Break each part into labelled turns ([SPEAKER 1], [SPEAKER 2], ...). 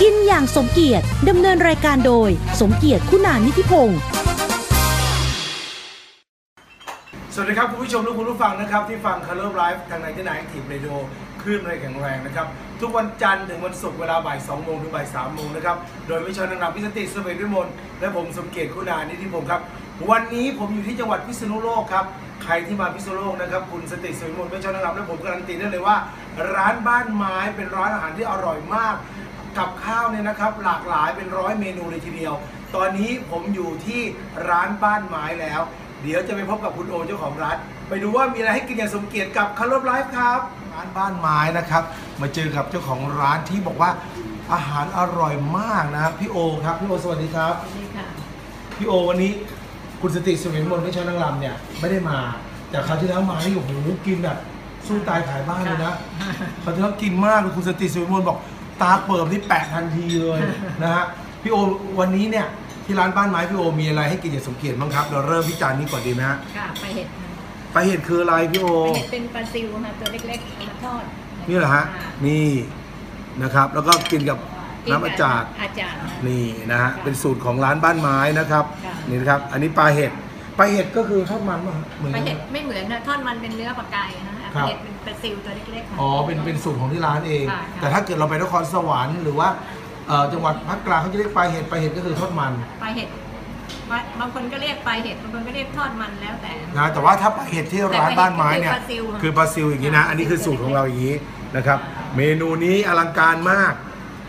[SPEAKER 1] กินอย่างสมเกียรติดำเนินรายการโดย สมเกียรติคุณานิธิพงศ์
[SPEAKER 2] สวัสดีครับ คุณผู้ชมและคุณผู้ฟังนะครับ ที่ฟัง Color Live ทางไหนที่ไหนทีมเรดิโอคลื่นแรงแข็งแรงนะครับ ทุกวันจันทร์ถึงวันศุกร์เวลาบ่าย2โมงถึงบ่าย3โมงนะครับ โดยไม่ชอนนำพิสติสเวทวิมลและผมสมเกียรติคุณานิธิพงศ์ครับ วันนี้ผมอยู่ที่จังหวัดพิษณุโลกครับ ใครที่มาพิษณุโลกนะครับ คุณสติสเวทวิมลไม่ชอนนำและผมการันตีได้เลยว่า ร้านบ้านไม้เป็นร้านอาหารที่อร่อยมาก กับข้าวเนี่ยนะครับหลากหลายเป็นร้อยเมนูเลยทีเดียว ตอนนี้ผมอยู่ที่ร้านบ้านไม้แล้ว เดี๋ยวจะไปพบกับคุณโอเจ้าของร้าน ไปดูว่ามีอะไรให้กินอย่างสมเกียรติกับคารบไลฟ์ครับ ร้านบ้านไม้นะครับ มาเจอกับเจ้าของร้านที่บอกว่าอาหารอร่อยมากนะครับพี่โอครับพี่โอสวัสดีครับ
[SPEAKER 3] นี่ค่ะ
[SPEAKER 2] พี่โอวันนี้คุณสติสเวนมนต์ไม่ใช่นางรำเนี่ยไม่ได้มา แต่คราวที่แล้วมานี่โอ้โหกินแบบสู้ตายขายบ้านเลย นะ เขาที่เขากินมากเลยคุณสนติสุวิมลบอกตาเปิดนี่แปะทันทีเลยนะฮะพี่โอวันนี้เนี่ยที่ร้านบ้านไม้พี่โอมีอะไรให้กินอย่างสมเกียรติบ้างครับ เราเริ่มที่จานนี้ก่อนดีไหมฮะ
[SPEAKER 3] ค่ะปลาเห็ดค่ะ
[SPEAKER 2] ปลาเห็ดคืออะไรพี่โอ
[SPEAKER 3] ปลาเห็ดเป็นปลาซิวค่ะตัวเล็กๆเอามาทอด
[SPEAKER 2] นี่เหรอฮะ
[SPEAKER 3] ค่
[SPEAKER 2] นี่นะครับ แล้วก็กินกับ
[SPEAKER 3] กิ
[SPEAKER 2] น้ำอาจารย์
[SPEAKER 3] กับอาจารย์ค่ะ
[SPEAKER 2] นี่นะฮะเป็นสูตรของร้านบ้านไม้นะครับ
[SPEAKER 3] ค่ะ
[SPEAKER 2] นี่นะครับ อันนี้ปลาเห็ดปลาเห็ดก็คือทอดมันป่ะฮะมือน
[SPEAKER 3] ป
[SPEAKER 2] กั
[SPEAKER 3] ลาน เห็ดไม่เหมือนนะทอดมันเป็นเนื้อปลากายนะ
[SPEAKER 2] ค
[SPEAKER 3] ป
[SPEAKER 2] รับ
[SPEAKER 3] ลาเห็ดเป็นปลาซิวตัวเล็กๆค่ะ
[SPEAKER 2] อ๋อเป็นเป็นสูตรของที่ร้านเอง
[SPEAKER 3] ค่ะค่ะ
[SPEAKER 2] แต่ถ้าเกิดเราไปนครสวรรค์หรือว่าเอ่อจังหวัดภาคกลางเขาจะเรียกปลาเห็ดปลาเห็ดก็คือทอดมัน
[SPEAKER 3] ปลาเห็ดว่าบางคนก็เรียกปลาเห็ดบางคนก็เรียกทอดมันแล้วแต่
[SPEAKER 2] นะแต่ว่าถ้าปลาเห็ดที่ร้านบ้านไม้เนี่ย
[SPEAKER 3] แต่ปลาเห็ดคื
[SPEAKER 2] คือ
[SPEAKER 3] อ
[SPEAKER 2] ป
[SPEAKER 3] ป
[SPEAKER 2] ลา
[SPEAKER 3] ลาซิ
[SPEAKER 2] ซิล
[SPEAKER 3] ล
[SPEAKER 2] อย่างนี้นะ อันนี้คือสูตรของเราอย่างนี้นะครับ เมนูนี้อลังการมาก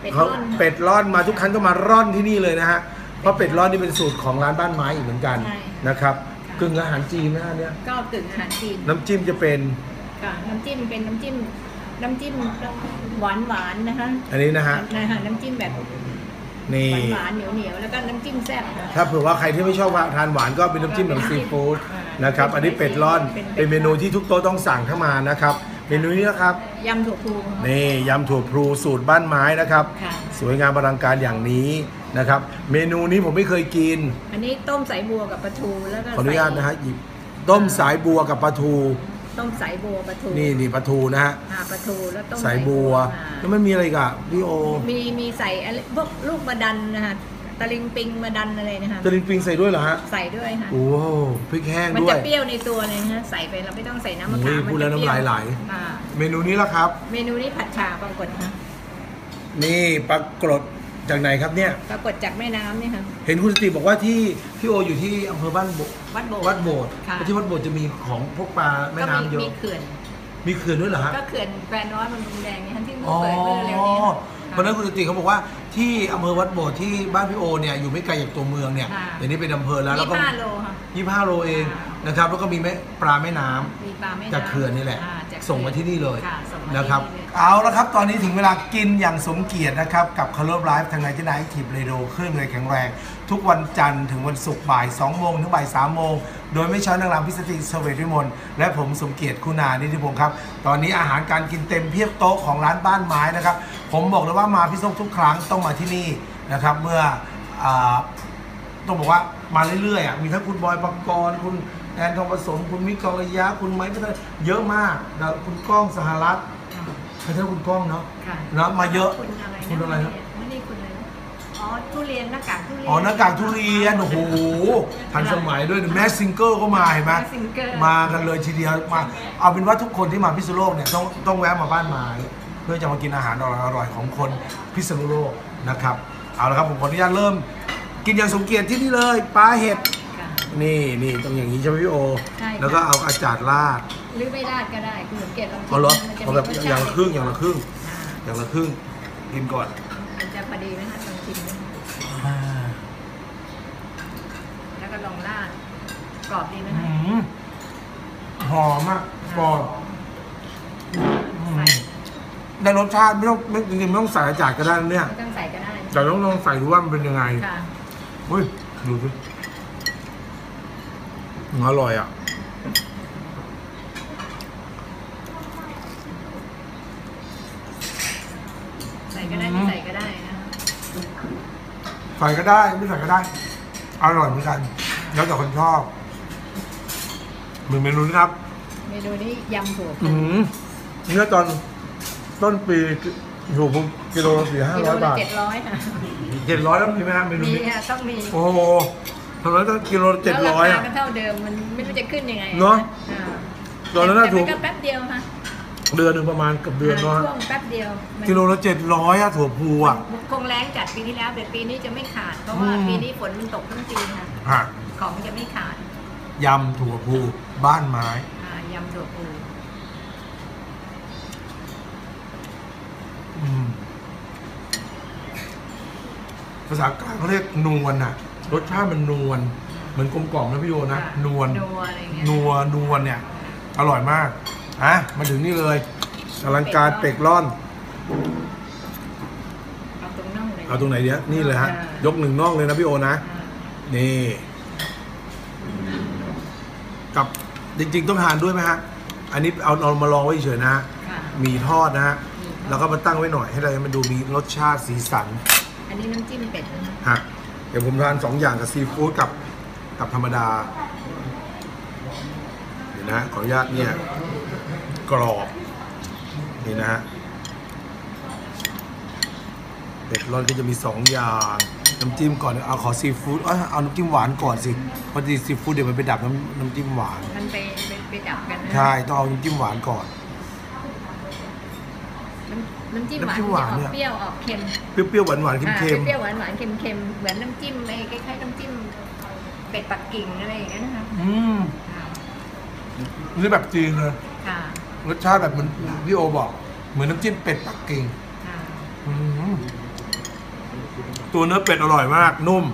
[SPEAKER 3] เป็ด
[SPEAKER 2] เขา
[SPEAKER 3] ร่อน
[SPEAKER 2] เป็ดร่อนมาทุกครั้งก็มาร่อนที่นี่เลยนะฮะเพราะเป็ดร่อนนี่เป็นสูตรของร้านบ้านไม้อีกเหมือนกัน
[SPEAKER 3] ใช่
[SPEAKER 2] นะครับกึ่งอาหารจีนนะฮะเนี่ย
[SPEAKER 3] ก็กึ่งอาหารจีน
[SPEAKER 2] น้ำจิ้มจะเป็น
[SPEAKER 3] ค่ะน้ำจิ้มเป็นน้ำจิ้ม น้ำจิ้มหวานหวานๆนะคะ
[SPEAKER 2] อันนี้นะฮะ
[SPEAKER 3] นะคะน้ำจิ้มแบบ
[SPEAKER 2] นี่
[SPEAKER 3] หวานหวานๆเหนียวเหนียวๆแล้วก็น้ำจิ้มแซ่บค่ะ
[SPEAKER 2] ถ้าเผื่อว่าใครที่ไม่ชอบทานหวานก็เป็นน้ำจิ้มแบบซีฟู้ดนะครับอันนี้เป็ดร่อน
[SPEAKER 3] เป็
[SPEAKER 2] เป็น
[SPEAKER 3] นเป็ด
[SPEAKER 2] เมนูที่ทุกโต๊ะต้องสั่งเข้ามานะครับเมนูนี้นะครับ
[SPEAKER 3] ยำถั่วพู
[SPEAKER 2] นี่ยำถั่วพลูสูตรบ้านไม้นะครับ
[SPEAKER 3] ค่ะ
[SPEAKER 2] สวยงามอลังการอย่างนี้นะครับ เมนูนี้ผมไม่เคยกิน
[SPEAKER 3] อันนี้ต้มสายบัวกับปลาทูแล้วก็
[SPEAKER 2] ขออนุญาตนะฮะ
[SPEAKER 3] ใส่
[SPEAKER 2] หยิบต้มสายบัวกับปลาทู
[SPEAKER 3] ต้มสายบัวปลาทู
[SPEAKER 2] นี่นี่ปลาทูนะฮะ
[SPEAKER 3] อ่าปลาทูแล้วต้ม
[SPEAKER 2] สายบัว
[SPEAKER 3] สาย
[SPEAKER 2] แล้ว
[SPEAKER 3] บัว
[SPEAKER 2] มันมีอะไรอีกับพี่โอ
[SPEAKER 3] มามีมีใส่อะไรพวกลูกมะดันนะคะตะลิงปิงมะดันอะไรนะคะ
[SPEAKER 2] ตะลิงปิงใส่ด้วยเหรอฮะ
[SPEAKER 3] ใส่ด้วยค่ะ
[SPEAKER 2] โอ้โหพริกแห้ง
[SPEAKER 3] มัน
[SPEAKER 2] ด้ว
[SPEAKER 3] จะ
[SPEAKER 2] ย
[SPEAKER 3] เปรี้ยวในตัวเลยนะฮะใส่ไปเราไม่ต้องใส่น้ำมะขาม
[SPEAKER 2] โอ้ยพูด
[SPEAKER 3] มัน
[SPEAKER 2] แล้ว
[SPEAKER 3] จะเปรี้
[SPEAKER 2] น้ำลายไหล
[SPEAKER 3] อ่า
[SPEAKER 2] เมนูนี้ละครับ
[SPEAKER 3] เมนูนี้ผัดชาปรากฏค่ะ
[SPEAKER 2] นี่ปลากรดจากไหนครับเนี่ย
[SPEAKER 3] ปรากฏจากแม่น้ำเนี่ยค่ะ
[SPEAKER 2] เห็นคุณสติบอกว่าที่พี่โออยู่ที่อำเภอบ้านโบ
[SPEAKER 3] วัดโบสถ์
[SPEAKER 2] วัดโบสถ์
[SPEAKER 3] ค่ะ
[SPEAKER 2] ที่วัดโบสถ์จะมีของพวกปลาแม่
[SPEAKER 3] ก็
[SPEAKER 2] น้ำ
[SPEAKER 3] มี
[SPEAKER 2] เย
[SPEAKER 3] มี
[SPEAKER 2] อะ
[SPEAKER 3] เขื่อน
[SPEAKER 2] มีเขื่อนด้วยเหรอฮะ
[SPEAKER 3] ก็เขื่อนแควน้อยมันรุนแรงเนี่ยฮะที่เพิ่ง
[SPEAKER 2] อ๋อ
[SPEAKER 3] เปิดเมื่อเร็วนี้
[SPEAKER 2] เพราะฉะนั้น
[SPEAKER 3] ค่ะ
[SPEAKER 2] คุณสติเขาบอกว่าที่อำเภอวัดโบสถ์ที่บ้านพี่โอเนี่ยอยู่ไม่ไกลจากตัวเมืองเนี่ย
[SPEAKER 3] ค่ะ
[SPEAKER 2] เดี๋ยวนี้เป็นอำเภอแล้วแล้วก็
[SPEAKER 3] ยี่ห้าโลค่ะ
[SPEAKER 2] ยี่ห้าโลเอง
[SPEAKER 3] ค่ะ
[SPEAKER 2] นะครับแล้วก็มีแม่ปลาแม่น้ำ
[SPEAKER 3] มีปลาแม่น้ำ
[SPEAKER 2] จากเขื่อนนี่แหละ
[SPEAKER 3] อ่าจากเขื่อ
[SPEAKER 2] ส่งมาที่นี่เลย
[SPEAKER 3] ค่ะส่งมาที่
[SPEAKER 2] นะครับ
[SPEAKER 3] เลย
[SPEAKER 2] เอาละครับตอนนี้ถึงเวลากินอย่างสมเกียรตินะครับกับคาร์ลไลฟ์ทางไนท์ไนท์ทีมเรโดเครื่องเลยแข็งแรง ทุกวันจันทร์ถึงวันศุกร์บ่าย2โมงถึงบ่าย3โมงโดยไม่ช้อนางรำพิสติเสเวทวิมลและผมสมเกียรติคุณานิติพงศ์ครับตอนนี้อาหารการกินเต็มเพียบโต๊ะของร้านบ้านไม้นะครับ ผมบอกเลยว่ามาพิศนุทุกครั้งต้องมาที่นี่นะครับเมื่ออ่า ต้องบอกว่ามาเรื่อยๆอ่ะมีทั้งคุณบอยปกรณ์คุณแอนทองผสม คุณมิกกองระยะ คุณไม้พัฒนาเยอะมากนะคุณก้องสหรัฐพัฒนาคุณก้องเนาะ
[SPEAKER 3] ค่ะ
[SPEAKER 2] เนาะมาเยอะ
[SPEAKER 3] คุณอะไร
[SPEAKER 2] คุณอะไรครับ
[SPEAKER 3] ไม่ได้คุณอะไรนะอ๋อทุเรียนหน้ากากทุเรีน
[SPEAKER 2] อ๋อหน้ากากทุเรียน โอ้โหทันสมัยด้วยแมสซิงเกิลก็มาเห็นไหม
[SPEAKER 3] Mask Singer
[SPEAKER 2] มากันเลยทีเดียวมาเอาเป็นว่าทุกคนที่มาพิษณุโลกเนี่ยต้องต้องแวะมาบ้านไม้เพื่อจะมากินอาหารอร่อยๆของคนพิษณุโลกนะครับเอาละครับผมขออนุญาตเริ่ม กินอย่างสมเกียรติที่นี่เลยปลาเห็ด
[SPEAKER 3] ค่ะ
[SPEAKER 2] นี่นี่ต้องอย่างนี้ใช่ไหมพี่โอ
[SPEAKER 3] ใช่ค่ะ
[SPEAKER 2] แล้วก็เอาอาจารย์ราด
[SPEAKER 3] หรือไม่ราดก็ได้คุณสังเกตลอง
[SPEAKER 2] เอาเหรอ
[SPEAKER 3] มันจะ
[SPEAKER 2] เอาแบบ
[SPEAKER 3] มี
[SPEAKER 2] อย่างละครึ่งอย่างละครึ่ง
[SPEAKER 3] อ่า
[SPEAKER 2] อย่างละครึ่งกินก่อน
[SPEAKER 3] มันจะพอดีไหมคะลองชิมดูแล้วก็ลองราดกรอบดีไหม
[SPEAKER 2] อื้อหื
[SPEAKER 3] คะ
[SPEAKER 2] อหอมอ่ะกรอบ
[SPEAKER 3] ใส่
[SPEAKER 2] ได้รสชาติไม่ต้องไม่จริงๆไม่ต้องใส่อาจารย์ก็ได้นะเนี่ย
[SPEAKER 3] ไม่ต้องใส่ก็ได้
[SPEAKER 2] แต่ต้องลองใส่ดูว่ามันเป็นยังไง
[SPEAKER 3] ค่ะ
[SPEAKER 2] เฮ้ยดูสิอร่อยอ่ะ
[SPEAKER 3] ใส่ก็ได้ไม่ใส่ก็ได้นะคะ
[SPEAKER 2] ใส่ก็ได้ไม่ใส่ก็ได้ อร่อยเหมือนกัน แล้วแต่คนชอบเหมือนเมนูนี้ครับ
[SPEAKER 3] เมนูนี้ยำถั่ว
[SPEAKER 2] อืมเนี่ยตอนต้นปี อยู่ผมกิโลละสี่ห้า
[SPEAKER 3] กิโล
[SPEAKER 2] ร้อย
[SPEAKER 3] ละ
[SPEAKER 2] บาท
[SPEAKER 3] เจ็ดร้อยค่ะ
[SPEAKER 2] เจ็ดร้อยแล้วมีไหมฮะเมนู
[SPEAKER 3] มี
[SPEAKER 2] นี้
[SPEAKER 3] ค่ะต้องมี
[SPEAKER 2] โอ้โหตอนนั้นก็กิโลละเจ็ดร้อย
[SPEAKER 3] แล้วรา
[SPEAKER 2] อะ
[SPEAKER 3] คาก็เท่าเดิมมันไม่รู้จะขึ้นยังไง
[SPEAKER 2] เนอะ
[SPEAKER 3] อ่า
[SPEAKER 2] ตอนนั้นน่าถูก
[SPEAKER 3] แต่มัก็แป๊บเดียวค่ะ
[SPEAKER 2] เดือนหนึ่งประมาณเกับเดือนเนาะ
[SPEAKER 3] าช่วงแป๊บเดียวมัน
[SPEAKER 2] กิโลละเจ็ดร้อยอะถั่วพูอะ
[SPEAKER 3] คงแรงจัดปีที่แล้วแต่ปีนี้จะไม่ขาด เพราะว่า
[SPEAKER 2] อืม
[SPEAKER 3] ปีนี้ฝนมันตกทั้งปีค่ะ
[SPEAKER 2] อ่ะ
[SPEAKER 3] ของจะไม่ขาด
[SPEAKER 2] ยำถั่วพูบ้านไม้
[SPEAKER 3] อ่ายำถั่วปู
[SPEAKER 2] อืมภาษากลางเขาเรียกนวลน่ะ รสชาติมันนวลเหมือนกลมกล่อมนะพี่โยนะ
[SPEAKER 3] ค่ะ
[SPEAKER 2] นวล
[SPEAKER 3] นัวอะไรเงี้ย
[SPEAKER 2] นัวนวลเนี่ย อร่อยมากอ่ะมาถึงนี่เลยอลังการเป็กร่อน
[SPEAKER 3] เอาตรงน่องเลย
[SPEAKER 2] เอาตรงไหนเดียวนี่เลยฮะ
[SPEAKER 3] อ่าย ย
[SPEAKER 2] กหนึ่งน่องเลยนะพี่โอนะ
[SPEAKER 3] อ่า
[SPEAKER 2] นี่ กับจริง ๆ ต้องทานด้วยไหมฮะ อันนี้เอาเอามาลองไว้เฉยๆนะฮะ
[SPEAKER 3] ค่ะ
[SPEAKER 2] มีทอดนะฮะ
[SPEAKER 3] มีทอด
[SPEAKER 2] แล้วก็มาตั้งไว้หน่อยให้เรามันดูมีรสชาติสีสัน
[SPEAKER 3] อันนี้น้ำจิ้มเป็ดนะคะ
[SPEAKER 2] ฮะเดี๋ยวผมทานสองอย่างกับซีฟู้ดกับกับธรรมดา เดี๋ยวนะขออนุญาตเนี่ย กรอบ นี่นะฮะเป็ดร้อนก็จะมีสองอย่าง น้ำจิ้มก่อน เอาขอซีฟู้ดเอ้ยเอาน้ำจิ้มหวานก่อนสิเพราะดีซีฟู้ดเดี๋ยวมันไปดับน้ำน้ำจิ้มหวาน
[SPEAKER 3] มันไปไปไปดับกันนะ
[SPEAKER 2] ใช่ต้องเอาน้ำจิ้มหวานก่อน
[SPEAKER 3] น้ำน้ำจิ้มหวาน
[SPEAKER 2] น้ำจิ้มหวาน
[SPEAKER 3] มัน
[SPEAKER 2] เนี่
[SPEAKER 3] จะอย อกเปรี้ยวออกเค็ม
[SPEAKER 2] เปรี้ยวๆหวานหวานๆ
[SPEAKER 3] อ่า
[SPEAKER 2] เค็ม
[SPEAKER 3] เปรี้ยวหวานหวานๆเค็มเค็มๆเหมือนน้ำจิ้มไอ้คล้ายๆน้ำจิ้มเป็ดปักกิ่งอะไรอย่างเงี้ยนะคะ
[SPEAKER 2] ๆอืม
[SPEAKER 3] อ่า
[SPEAKER 2] นี่แบบจีนเลย
[SPEAKER 3] ค่ะ
[SPEAKER 2] รสชาติแบบเหมือนพี่โอบอก เหมือนน้ำจิ้มเป็ดปักกิ่ง
[SPEAKER 3] ค่ะ
[SPEAKER 2] อืมตัวเนื้อเป็ดอร่อยมาก นุ่ม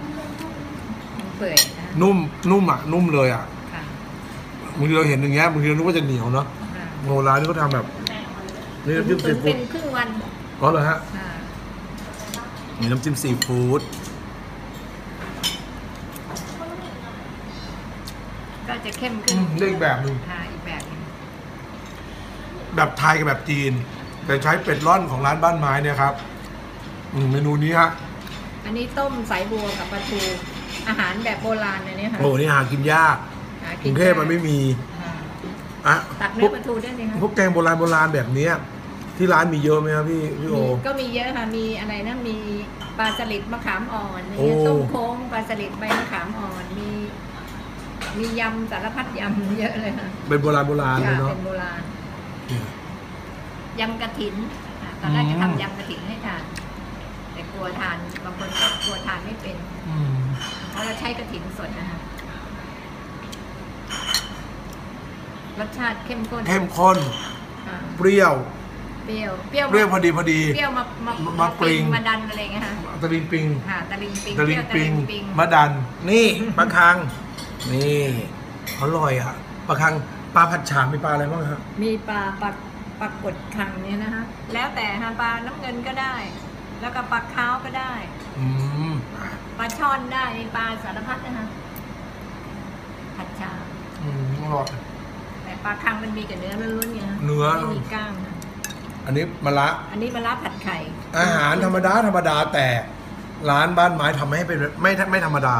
[SPEAKER 3] มันเปื่อยนะ
[SPEAKER 2] นุ่ม นุ่มอ่ะ นุ่มเลยอ่ะ
[SPEAKER 3] ค่ะ
[SPEAKER 2] บางทีเราเห็นอย่างเงี้ยบางทีเรานึกว่าจะเหนียวเนาะ
[SPEAKER 3] ค่ะ
[SPEAKER 2] โนร้านนี่เขาทำแบบนี่น้ำจิ้มซีฟู้
[SPEAKER 3] ตุ๋นเป็
[SPEAKER 2] ด
[SPEAKER 3] นครึ่งวัน
[SPEAKER 2] อ๋อเหรอฮะ
[SPEAKER 3] ค่ะ
[SPEAKER 2] มีน้ำจิ้มซีฟู้ด
[SPEAKER 3] ก็จะเข้มขึ้
[SPEAKER 2] อื
[SPEAKER 3] น
[SPEAKER 2] มเรียกอีกแบบหนึ่ง
[SPEAKER 3] ค่ะอีกแบบหนึง
[SPEAKER 2] แบบไทยกับแบบจีน แต่ใช้เป็ดร่อนของร้านบ้านไม้เนี่ยครับ อืมเมนูนี้ฮะ
[SPEAKER 3] อันนี้ต้มสายบัวกับปลาทูอาหารแบบโบราณเลยเนี่ยค่ะ
[SPEAKER 2] โอ้โหนี่หากินยาก
[SPEAKER 3] หาก
[SPEAKER 2] รุงเทพมันไม่มี
[SPEAKER 3] ค่ะ
[SPEAKER 2] อ่ะ
[SPEAKER 3] ตัก
[SPEAKER 2] พ
[SPEAKER 3] เนื้
[SPEAKER 2] ว
[SPEAKER 3] อกปลาทูด้วยเลยค่ะ
[SPEAKER 2] พวกแกงโบราณโบราณแบบเนี้ย ที่ร้านมีเยอะไหมครับพี่พี่โอ
[SPEAKER 3] มีก็มีเยอะค่ะ มีอะไรนะ มีปลาสลิดมะขามอ่อน
[SPEAKER 2] โอ้
[SPEAKER 3] มีต้มโค้งปลาสลิดใบมะขามอ่อน มี มียำสารพัดยำเยอะเลยค่ะ
[SPEAKER 2] เป็นโบราณโบราณเลย
[SPEAKER 3] ค่ะ
[SPEAKER 2] เนาะ
[SPEAKER 3] เป็นโบราณยำกระถินอ่ะตอนแรกจะทำยำกระถินให้ทาน แต่กลัวทาน บางคนก็กลัวทานไม่เป็น
[SPEAKER 2] อืม
[SPEAKER 3] เพราะเราใช้กระถินสดนะคะรสชาติเข้มข้น
[SPEAKER 2] เข้มข้น
[SPEAKER 3] อ่ะ
[SPEAKER 2] เปรี้ยว
[SPEAKER 3] เปรี้ยว เปรี้ยว
[SPEAKER 2] เปรี้ยวพอดีพอดี
[SPEAKER 3] เปรี้ยวมา มา
[SPEAKER 2] มา
[SPEAKER 3] มา
[SPEAKER 2] ปริง
[SPEAKER 3] มาดันอะไรอย่างเงี้ยค่ะ
[SPEAKER 2] ตะลิงปิง
[SPEAKER 3] ค่ะตะลิงปิง
[SPEAKER 2] ตะลิงปิ
[SPEAKER 3] เที่ยว
[SPEAKER 2] ง
[SPEAKER 3] ปิง
[SPEAKER 2] มะดัน นี่ ปลาคัง นี่อร่อยอ่ะปลาคังปลาผัดฉามีปลาอะไรบ้างฮะ
[SPEAKER 3] มีปลาปลาปลากดคังเนี่ยนะคะแล้วแต่ฮะปลาน้ำเงินก็ได้ แล้วก็ปลาค้าวก็ได้
[SPEAKER 2] อืม
[SPEAKER 3] ปลาช่อนได้ปลาสารพัดนะคะผัดชา
[SPEAKER 2] อืมอร่อย
[SPEAKER 3] แต่ปลาคังมันมีแต่เนื้อล้วนๆไงฮะ
[SPEAKER 2] เนื้อ
[SPEAKER 3] ไม่มีกล้างค่ะ
[SPEAKER 2] อันนี้มะละ
[SPEAKER 3] อันนี้ปลาร้าผัดไข่
[SPEAKER 2] อาหารธรรมดาธรรมดาแต่ร้านบ้านไม้ทำให้เป็นไม่ไม่ธรรมดา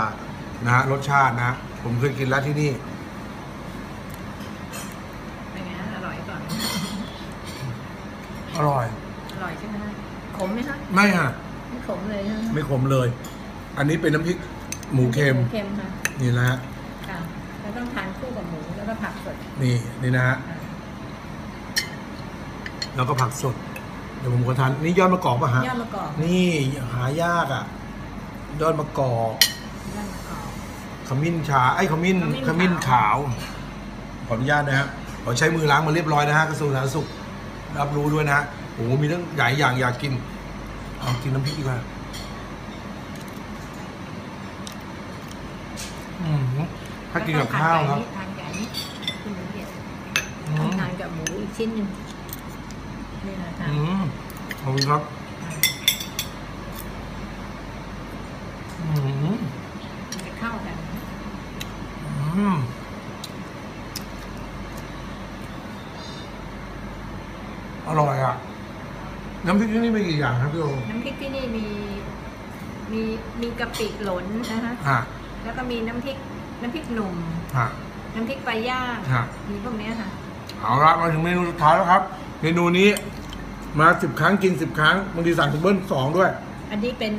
[SPEAKER 2] นะฮะรสชาตินะ ผมเคยกินแล้วที่นี่
[SPEAKER 3] เป็นไงฮะอร่อยก่อน
[SPEAKER 2] อร่อย
[SPEAKER 3] อร่อยใช่ไหมฮะขมไหมคะ
[SPEAKER 2] ไม่ฮะ
[SPEAKER 3] ไม่ขมเลยนะคะ
[SPEAKER 2] ไม่ขมเลย อันนี้เป็นน้ำพริกหมูเค็ม
[SPEAKER 3] เค็มค่ะ
[SPEAKER 2] นี่นะฮะ
[SPEAKER 3] ค่ะแล้วต้องทานคู่กับหมูแล้วก็ผักสด
[SPEAKER 2] นี่นี่นะฮะ
[SPEAKER 3] ค่ะ
[SPEAKER 2] แล้วก็ผักสด เดี๋ยวผมขอทานนี่ยอดมะกอกป่ะฮะ
[SPEAKER 3] ยอดมะกอก
[SPEAKER 2] นี่หายากอ่ะ ยอดมะกอก
[SPEAKER 3] ยอดมะกอก
[SPEAKER 2] ขมิ้นชาไอ้ยขมิ้นข
[SPEAKER 3] ขมิ้
[SPEAKER 2] มิ้น
[SPEAKER 3] น
[SPEAKER 2] ขา
[SPEAKER 3] ขาว ว
[SPEAKER 2] ขออนุญาตนะฮะขอใช้มือล้างมาเรียบร้อยนะฮะกระทรวงสาธารณสุข รับรู้ด้วยนะฮะโอ้โหมีเรื่องหลายอย่างอยากกิน เอากินน้ำพริกดีกว่าอืมถ้ากินกับข้าวครับ
[SPEAKER 3] ทานกับอันนี้คุณเดียด
[SPEAKER 2] อืม
[SPEAKER 3] ทานกับหมูอีกชิ้นหนึ่งนี่นะทาน
[SPEAKER 2] อืมขอบคุณครับ อืม
[SPEAKER 3] มันจะเข้ากัน
[SPEAKER 2] อืม อร่อยอ่ะ น้ำพริกที่นี่มีกี่อย่างครับพี่โอ
[SPEAKER 3] น้ำพริกที่นี่มีมีมีกะปิหลนนะคะ
[SPEAKER 2] อ่ะ
[SPEAKER 3] แล้วก็มีน้ำพริกน้ำพริกหนุ่ม
[SPEAKER 2] อ่ะ
[SPEAKER 3] น้ำพริกปลาย่าง
[SPEAKER 2] ฮะ
[SPEAKER 3] มีพวกเนี้ยค่ะ
[SPEAKER 2] เอาละมาถึงเมนูสุดท้ายแล้วครับ เมนูนี้ มาสิบครั้งกินสิบครั้งบางทีสั่งถึงเบิ้ลสองด้วย
[SPEAKER 3] อันนี้เป็น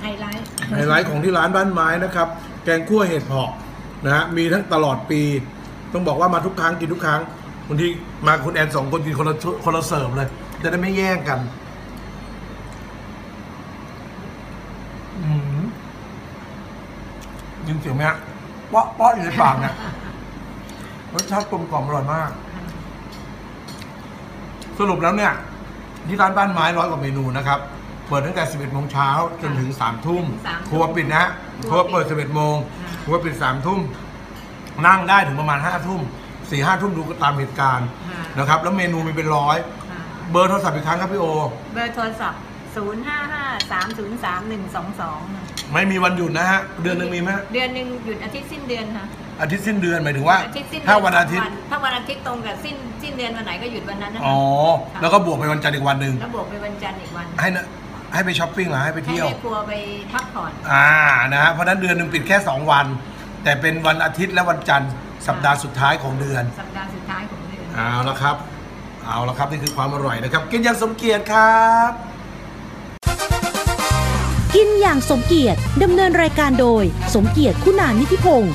[SPEAKER 3] ไฮไลท์
[SPEAKER 2] ไฮไลท์ของที่ร้านบ้านไม้นะครับ แกงคั่วเห็ดเผาะนะฮะมีทั้งตลอดปี ต้องบอกว่ามาทุกครั้งกินทุกครั้งบางทีมาคุณแอนสองคนกินคนละชุดคนละเสิร์ฟเลย จะได้ไม่แย่งกันอืมยินเสียงไหมฮะเปาะเปาะอยู่ในปากเนี่ยรสชาติกลมกล่อมอร่อยมาก สรุปแล้วเนี่ย ที่ร้านบ้านไม้ร้อยกว่าเมนูนะครับ เปิดตั้งแต่ 11โมงเช้าจนถึง3ทุ่มครัวปิดนะฮะครัวเปิด 11โมงครัวปิด3ทุ่ม นั่งได้ถึงประมาณ5ทุ่ม4 5ทุ่มดูตามเหตุการณ์
[SPEAKER 3] ค่ะ
[SPEAKER 2] นะครับ แล้วเมนูมีเป็นร้อย
[SPEAKER 3] ค่ะ
[SPEAKER 2] เบอร์โทรศัพท์อีกครั้งครับพี่โอ
[SPEAKER 3] เบอร์โทรศัพท์ 0 5 5 3 0 3 1 2
[SPEAKER 2] ไม่มีวันหยุดนะฮะ
[SPEAKER 3] 2
[SPEAKER 2] เดือนหนึ่งมีไหม
[SPEAKER 3] เดือนหนึ่งหยุดอาทิตย์สิ้นเดือนค่ะ
[SPEAKER 2] อาทิตย์สิ้นเดือนหมายถึงว่า
[SPEAKER 3] อาทิตย์สิ้นเดื
[SPEAKER 2] ถ้าวันอาทิตย์
[SPEAKER 3] ถ้าวันอาทิตย์ตรงกับสิ้นสิ้นเดือนวันไหนก็หยุดวันนั้นนะคะ
[SPEAKER 2] อ๋อ แล้วก็บวกไปวันจันทร์อีกวันหนึ่ง
[SPEAKER 3] แล้วบวกไปวันจันทร์อีกวัน
[SPEAKER 2] ให้นะให้ไปช้อปปิ้งเหรอให้ไป
[SPEAKER 3] ให้
[SPEAKER 2] เที่ยว
[SPEAKER 3] แม่ครัวไปพักผ่อน
[SPEAKER 2] อ่านะฮะเพราะฉะนั้นเดือนหนึ่งปิดแค่ 2 วัน แต่เป็นวันอาทิตย์และวันจันทร์สัปดาห์สุดท้ายของเดือน
[SPEAKER 3] สัปดาห์สุดท้ายของเดือน
[SPEAKER 2] เอาละครับ เอาละครับนี่คือความอร่อยนะครับ กินอย่างสมเกียรติครับ
[SPEAKER 1] กินอย่างสมเกียรติดำเนินรายการโดย สมเกียรติคุณานิธิพงศ์